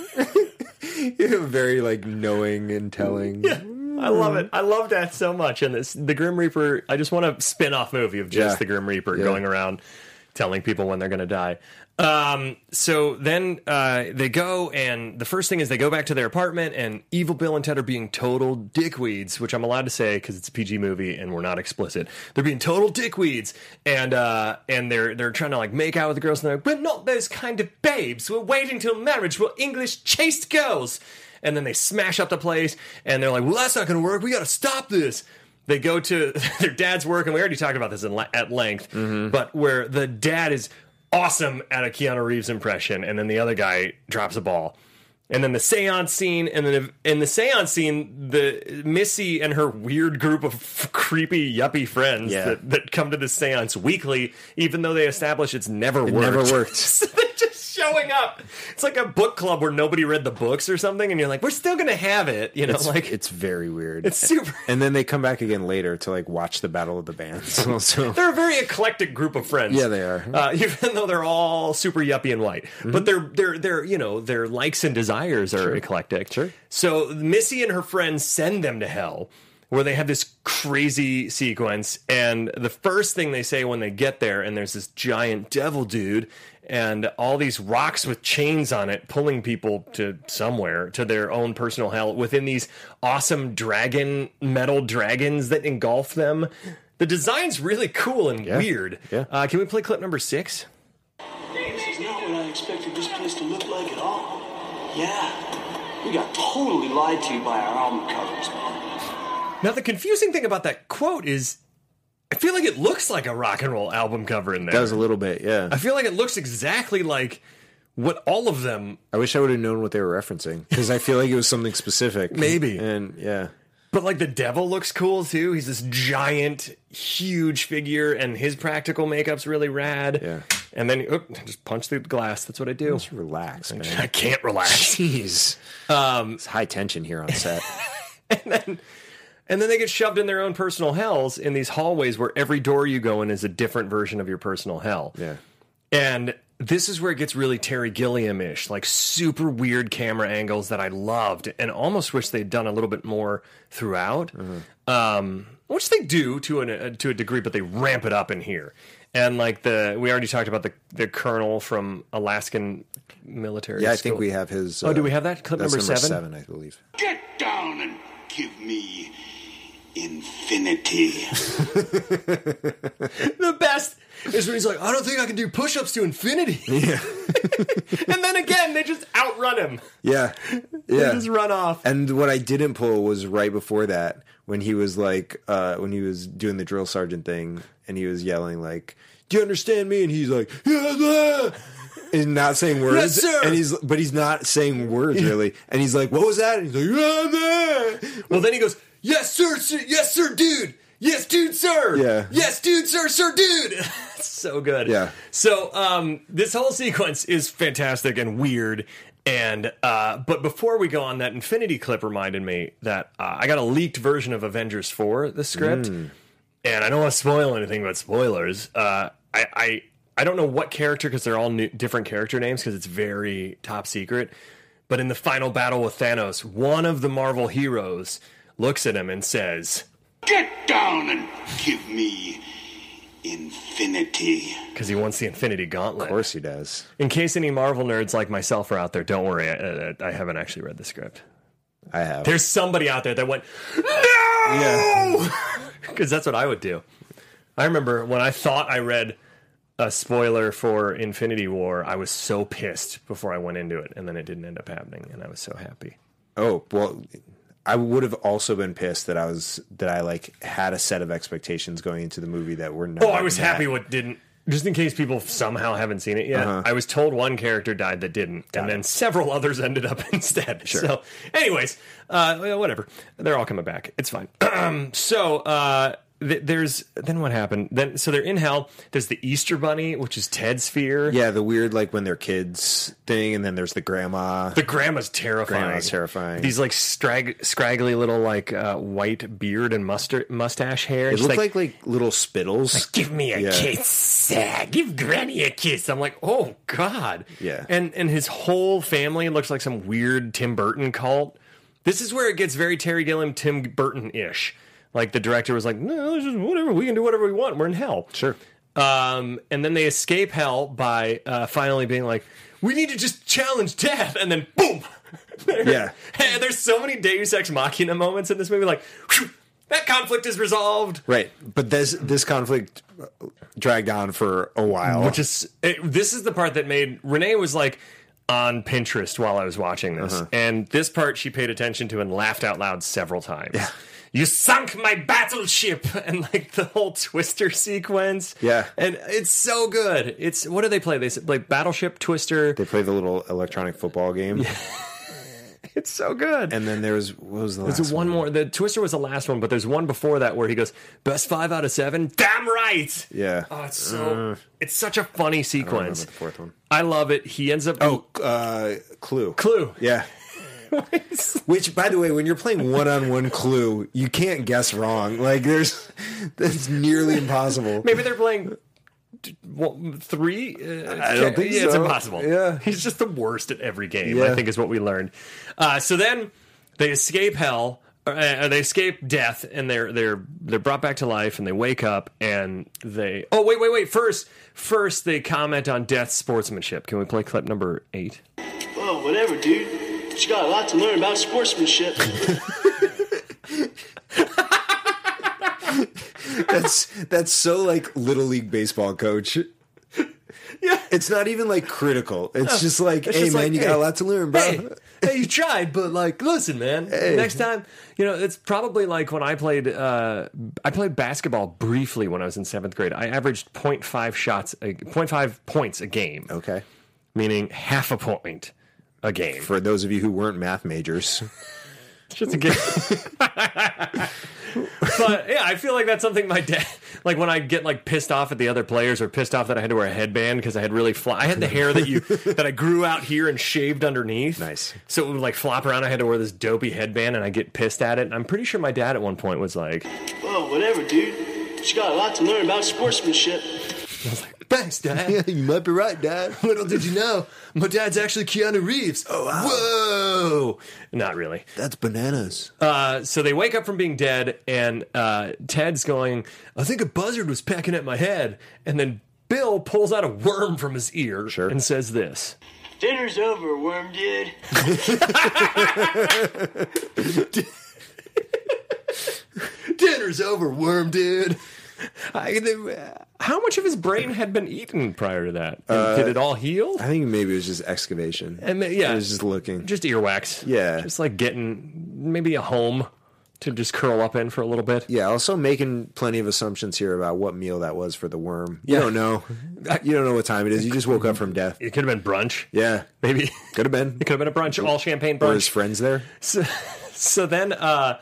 Yeah, very like knowing and telling. I love it. I love that so much. And this, the Grim Reaper. I just want a spin-off movie of just Yeah. the Grim Reaper Yeah. going around telling people when they're going to die. Um, so then uh, they go, and the first thing is they go back to their apartment, and evil Bill and Ted are being total dickweeds, which I'm allowed to say because it's a PG movie and we're not explicit. They're being total dickweeds, and uh, and they're they're trying to like make out with the girls, and they're like, we're not those kind of babes. We're waiting till marriage. We're English chaste girls and then they smash up the place and they're like well that's not going to work we got to stop this they go to their dad's work and we already talked about this in le- at length Mm-hmm. but where the dad is awesome at a keanu reeves impression and then the other guy drops a ball and then the seance scene and then in the seance scene the missy and her weird group of creepy yuppie friends Yeah. that, that come to the seance weekly even though they establish it's never worked never worked. so they're just showing up. It's like a book club where nobody read the books or something, and you're like, we're still gonna have it, you know? It's like like it's very weird. it's super. and then they come back again later to like watch the Battle of the Bands. Also, They're a very eclectic group of friends. Yeah, they are. Mm-hmm. Uh, even though they're all super yuppie and white, but their their their you know their likes and desires are eclectic. Sure. So Missy and her friends send them to hell, where they have this crazy sequence. And the first thing they say when they get there, and there's this giant devil dude, and all these rocks with chains on it pulling people to somewhere to their own personal hell within these awesome dragon metal dragons that engulf them. The design's really cool and weird. yeah. Uh, can we play clip number six? This is not what I expected this place to look like at all. Yeah, we got totally lied to by our album covers, man. Now, the confusing thing about that quote is I feel like it looks like a rock and roll album cover in there. That was a little bit, yeah. I feel like it looks exactly like what all of them, I wish I would have known what they were referencing because I feel like it was something specific. Maybe. And yeah. but like the devil looks cool too. He's this giant, huge figure, and his practical makeup's really rad. Yeah. And then oop, just punch through the glass. That's what I do. Just relax, man. I can't relax. Jeez. Um, it's high tension here on set. And then they get shoved in their own personal hells in these hallways where every door you go in is a different version of your personal hell. yeah. And this is where it gets really Terry Gilliam ish, like super weird camera angles that I loved and almost wish they'd done a little bit more throughout. Mm-hmm. Um, which they do to an, uh, to a degree, but they ramp it up in here. And like the, we already talked about the the colonel from Alaskan military. Yeah, I school. think we have his. uh, Oh, do we have that? Clip that's number seven? seven, I believe. Get down and give me infinity. The best is when he's like, I don't think I can do push ups to infinity. Yeah. and then again, they just outrun him. Yeah. They Yeah. just run off. And what I didn't pull was right before that when he was like, uh, when he was doing the drill sergeant thing and he was yelling like, "Do you understand me?" And he's like, "Yeah." yeah." And not saying words, Yes, sir. and he's but he's not saying words really, and he's like, "What was that?" And he's like, "Yeah, yeah." Well, then he goes, "Yes, sir, sir. Yes, sir, dude. Yes, dude, sir. Yeah. Yes, dude, sir, sir, dude." so good. Yeah. So, um, this whole sequence is fantastic and weird. And uh, but before we go on, that Infinity clip reminded me that uh, I got a leaked version of Avengers Four, the script, and I don't want to spoil anything about spoilers. Uh, I, I I don't know what character because they're all new, different character names because it's very top secret. But in the final battle with Thanos, one of the Marvel heroes looks at him and says, Get down and give me infinity. because he wants the Infinity Gauntlet. Of course he does. In case any Marvel nerds like myself are out there, don't worry, I, I, I haven't actually read the script. I have. There's somebody out there that went, no! Because that's what I would do. I remember when I thought I read a spoiler for Infinity War, I was so pissed before I went into it, and then it didn't end up happening, and I was so happy. Oh well, I would have also been pissed that I was that I like had a set of expectations going into the movie that were not. Oh, I was met. happy what didn't. Just in case people somehow haven't seen it Uh-huh. yet, I was told one character died that didn't, and then several others ended up instead. So, anyways, uh, well, whatever. They're all coming back. It's fine. so, uh, th- there's then what happened? Then so they're in hell. There's the Easter Bunny, which is Ted's fear. Yeah, the weird like when they're kids thing, and then there's the grandma. The grandma's terrifying. Grandma's terrifying. These like strag- scraggly little like uh, white beard and mustard mustache hair. It She's looked like, like little spittles. give me a Yeah. kiss. Uh, Give Granny a kiss. I'm like, oh God. Yeah. And and his whole family looks like some weird Tim Burton cult. This is where it gets very Terry Gilliam, Tim Burton ish. Like the director was like, no, this is whatever. We can do whatever we want. We're in hell. Sure. Um, and then they escape hell by uh, finally being like, we need to just challenge death, and then boom. Yeah. And there's so many Deus Ex Machina moments in this movie. Like, whew, that conflict is resolved. Right, but this this conflict uh, dragged on for a while. which is it, this is the part that made Renee was like on Pinterest while I was watching this, Uh-huh. and this part she paid attention to and laughed out loud several times. You sunk my battleship, and like the whole Twister sequence. Yeah. and it's so good. It's what do they play? They s- play Battleship Twister. they played the little electronic football game, It's so good. and then there was what was the last There's one more. The Twister was the last one, but there's one before that where he goes best five out of seven. Damn right. Yeah. Uh. Oh, it's so. it's such a funny sequence. the fourth one. I love it. He ends up. Oh, uh, Clue. Clue. Yeah. Which, by the way, when you're playing one on one Clue, you can't guess wrong. Like there's that's nearly impossible. Maybe they're playing d- what, three. Uh, I don't think yeah, It's so. impossible. Yeah. he's just the worst at every game. I Yeah. think is what we learned. Uh, so then they escape hell. uh, they escape death and they're they're they're brought back to life and they wake up and they oh wait wait wait first first they comment on death's sportsmanship. Can we play clip number eight? Well, whatever, dude. But you got a lot to learn about sportsmanship. That's that's so like little league baseball coach. Yeah. It's not even like critical. It's just like, It's hey just man, like, you hey, got a lot to learn, bro. Hey, hey, you tried, but like, listen, man. Next time, you know, it's probably like when I played. Uh, I played basketball briefly when I was in seventh grade. I averaged 0.5 shots, a, 0.5 points a game, Okay. meaning half a point a game. For those of you who weren't math majors, Just a game. but yeah, I feel like that's something my dad. Like when I get like pissed off at the other players, or pissed off that I had to wear a headband because I had really fly. I had the hair that you that I grew out here and shaved underneath. Nice. So it would like flop around. I had to wear this dopey headband, and I get pissed at it. And I'm pretty sure my dad at one point was like, well, whatever, dude. But you got a lot to learn about sportsmanship. "Thanks, dad." you might be right, Dad. Little did you know, my dad's actually Keanu Reeves. Oh wow! Whoa! Not really. That's bananas. Uh, so they wake up from being dead, and uh, Ted's going, I think a buzzard was pecking at my head. And then Bill pulls out a worm from his ear Sure. and says this. Dinner's over, worm dude. Dinner's over, worm dude. I, the- how much of his brain had been eaten prior to that? And Did it all heal? Uh, I think maybe it was just excavation. And ma- yeah. It was just looking. Just earwax. Yeah. Just like getting maybe a home to just curl up in for a little bit. yeah, also making plenty of assumptions here about what meal that was for the worm. You don't know. You don't know what time it is. You just woke up from death. It could have been brunch. Yeah. Maybe. Could have been. It could have been a brunch, all champagne Were brunch. his friends there? so, so then uh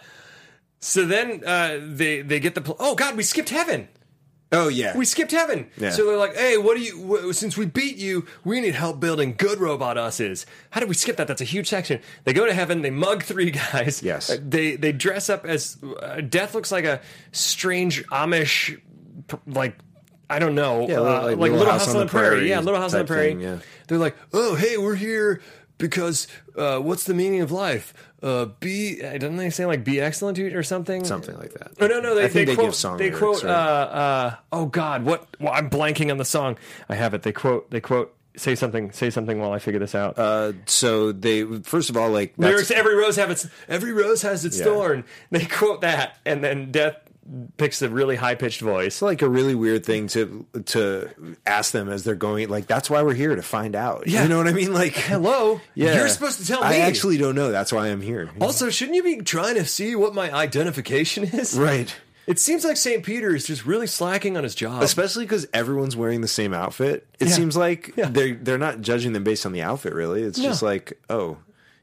so then uh they they get the pl- oh god we skipped heaven Oh yeah. we skipped heaven Yeah. so they're like hey what do you w- since we beat you we need help building good robot uses how did we skip that that's a huge section they go to heaven they mug three guys Yes. Uh, they they dress up as uh, death looks like a strange amish pr- like I don't know, Yeah, uh, like like, Little Little House, on the Prairie. Yeah, Little House on the type Prairie. thing, yeah. They're like, oh, hey, we're here because uh, what's the meaning of life? Uh, be didn't they say like be excellent to it or something? Something like that. Oh no, no, they, I think they they quote give song they lyrics, quote right? uh, uh, oh god, what? Well, I'm blanking on the song. I have it. They quote they quote say something say something while I figure this out. So they first of all like Uh, that's- lyrics every rose have its every rose has its Yeah. thorn. They quote that, and then death picks a really high pitched voice. It's like a really weird thing to to ask them as they're going. Like that's why we're here to find out. Yeah. You know what I mean? Like Hello, Yeah. you're supposed to tell me. I actually don't know. That's why I'm here. Also, shouldn't you be trying to see what my identification is? right. It seems like St. Peter is just really slacking on his job. Especially because everyone's wearing the same outfit. It Yeah. seems like Yeah. they're they're not judging them based on the outfit. Really, it's just No. like oh,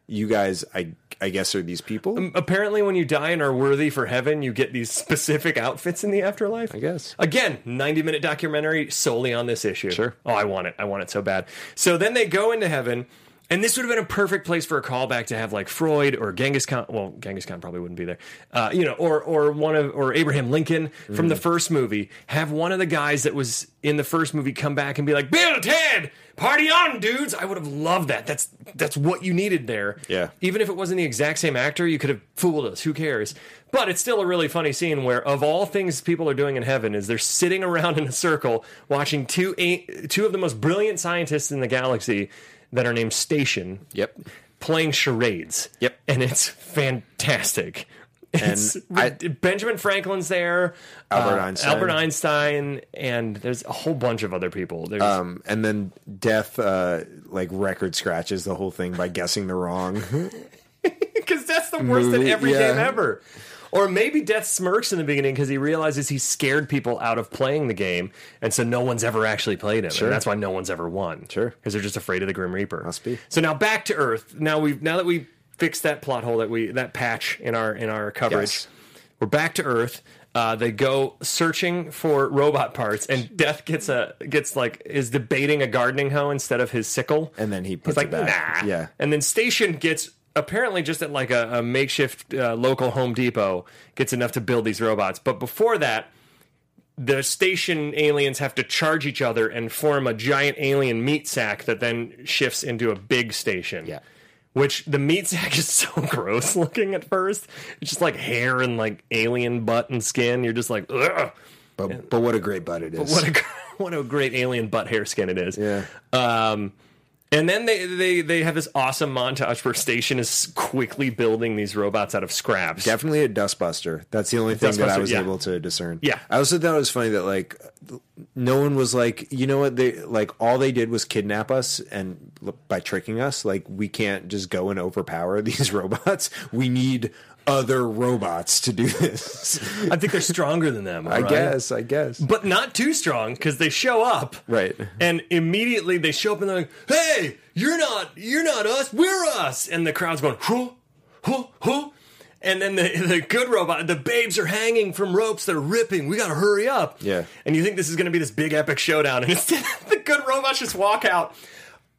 you guys. I I guess are these people. Um, Apparently, when you die and are worthy for heaven, you get these specific outfits in the afterlife. I guess. Again, 90 minute documentary solely on this issue. Sure. Oh, I want it. I want it so bad. So then they go into heaven, and this would have been a perfect place for a callback to have like Freud or Genghis Khan. Well, Genghis Khan probably wouldn't be there. Uh, you know, or or one of or Abraham Lincoln from the first movie. Have one of the guys that was in the first movie come back and be like, Bill Ted, party on, dudes. I would have loved that. That's that's what you needed there Yeah. even if it wasn't the exact same actor, you could have fooled us. Who cares? But it's still a really funny scene where, of all things people are doing in heaven, is they're sitting around in a circle watching two a- two of the most brilliant scientists in the galaxy that are named Station. Yep. Playing charades. Yep. And it's fantastic. And It's- I- Benjamin Franklin's there, uh, Albert Einstein. Albert Einstein, and there's a whole bunch of other people. There's Um, and then death uh, like record scratches the whole thing by guessing the wrong. Because that's the worst in Movie, every yeah. game ever. Or maybe Death smirks in the beginning because he realizes he scared people out of playing the game, and so no one's ever actually played it. And that's why no one's ever won. Sure. because they're just afraid of the Grim Reaper. Must be. So now back to Earth. Now we now that we fixed that plot hole that we that patch in our in our coverage, Yes. we're back to Earth. Uh, they go searching for robot parts, and Death gets a gets like is debating a gardening hoe instead of his sickle, And then he He's puts like it back. nah, Yeah. and then Station gets apparently just at like a, a makeshift uh, local Home Depot gets enough to build these robots. But before that, the Station aliens have to charge each other and form a giant alien meat sack that then shifts into a big Station. Yeah. which the meat sack is so gross looking at first. It's just like hair and like alien butt and skin. You're just like, ugh. But but what a great butt it is. What a gr- what a great alien butt hair skin it is. yeah. Um, and then they, they they have this awesome montage where Station is quickly building these robots out of scraps. Definitely a dustbuster. That's the only thing that I Dustbuster, was yeah. able to discern. Yeah. I also thought it was funny that like no one was like, you know what they like all they did was kidnap us and by tricking us, like we can't just go and overpower these robots. We need other robots to do this. I think they're stronger than them. I right? guess, I guess. but not too strong because they show up Right. and immediately they show up and they're like hey you're not you're not us we're us and the crowd's going huh huh huh and then the, the good robot the babes are hanging from ropes they're ripping we gotta hurry up Yeah. and you think this is gonna be this big epic showdown and instead the good robots just walk out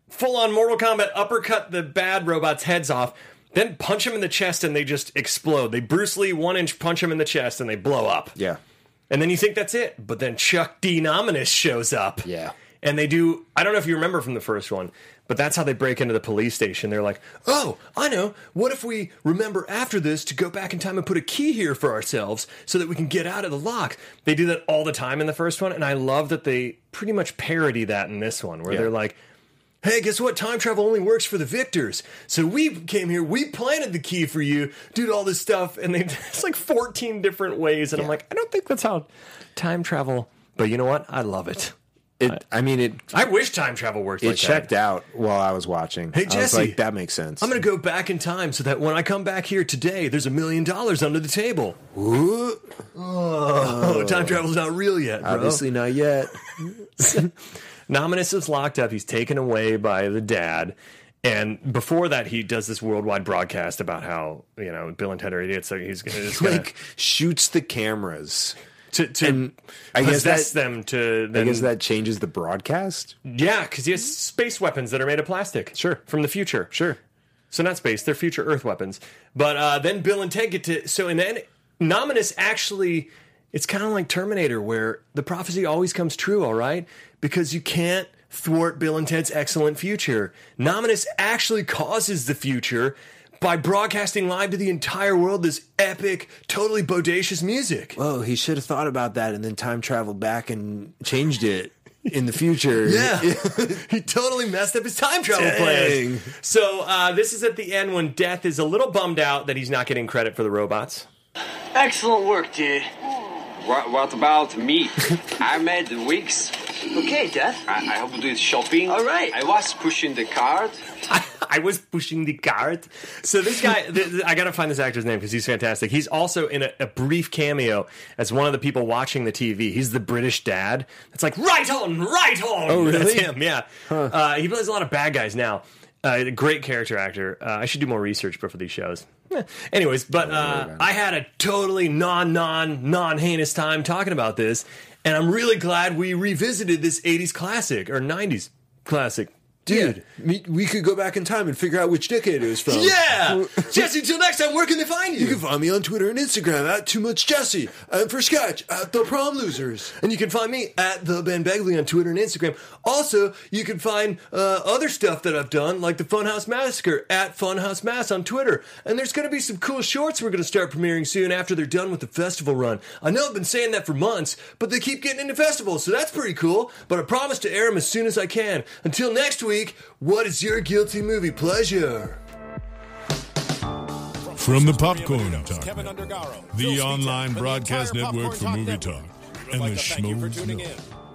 full on mortal kombat uppercut the bad robot's heads off then punch him in the chest and they just explode they bruce lee one inch punch him in the chest and they blow up Yeah. and then you think that's it, but then Chuck D. Nominus shows up. Yeah. And they do, I don't know if you remember from the first one, but that's how they break into the police station. They're like, oh, I know. What if we remember after this to go back in time and put a key here for ourselves so that we can get out of the lock? They do that all the time in the first one. And I love that they pretty much parody that in this one, where Yeah. they're like, hey, guess what? Time travel only works for the victors. So we came here, we planted the key for you, did all this stuff, and they it's like 14 different ways. And I'm like, I don't think that's how time travel. But you know what? I love it. It I mean it I wish time travel worked. it like checked That. out while I was watching. Hey, I was Jesse. like, that makes sense. I'm gonna go back in time so that when I come back here today, there's a million dollars under the table. Ooh, Oh, time travel's not real yet, bro. obviously not yet. Nominus is locked up. He's taken away by the dad. And before that, he does this worldwide broadcast about how you know Bill and Ted are idiots. So he's gonna, he's gonna like shoots the cameras. to, to and I guess possess that them to I then guess that changes the broadcast. yeah, because he has space weapons that are made of plastic. Sure. from the future. So not space, they're future Earth weapons. But uh, then Bill and Ted get to so and then Nominus actually it's kind of like Terminator where the prophecy always comes true, all right? Because you can't thwart Bill and Ted's excellent future. Nominus actually causes the future by broadcasting live to the entire world this epic, totally bodacious music. Oh, he should have thought about that and then time traveled back and changed it in the future. Yeah. he totally messed up his time travel Dang. plans. So uh, this is at the end when Death is a little bummed out that he's not getting credit for the robots. Excellent work, dude. What, what about me? I'm at the Wix. Okay, Death. I, I help do the shopping. All right. I was pushing the cart. I, I was pushing the cart. So this guy, th- th- I gotta find this actor's name because he's fantastic. He's also in a, a brief cameo as one of the people watching the TV. He's the British dad. It's like right on, right on. Oh, really? That's him. Yeah. Uh, he plays a lot of bad guys now. Uh, a great character actor. Uh, I should do more research before these shows. Eh. Anyways, but uh, I had a totally non non non heinous time talking about this, and I'm really glad we revisited this '80s classic or '90s classic. Dude, Me- we could go back in time and figure out which decade it was from. yeah! Jesse, till next time, where can they find You can find me on Twitter and Instagram at Too Much Jesse and for Sketch at The Prom Losers. And you can find me at the Ben Begley on Twitter and Instagram. Also, you can find uh, other stuff that I've done, like the Funhouse Massacre at Funhouse Mass on Twitter. And there's going to be some cool shorts we're going to start premiering soon after they're done with the festival run. I know I've been saying that for months, but they keep getting into festivals, so that's pretty cool. But I promise to air them as soon as I can. Until next week, what is your guilty movie pleasure? From the Studio Popcorn Potatoes, Talk Kevin Network, Undergaro, the Phil Spitek, online and the broadcast entire network for Popcorn movie Network. talk We would and like the to thank you for Schmoes tuning Network. in.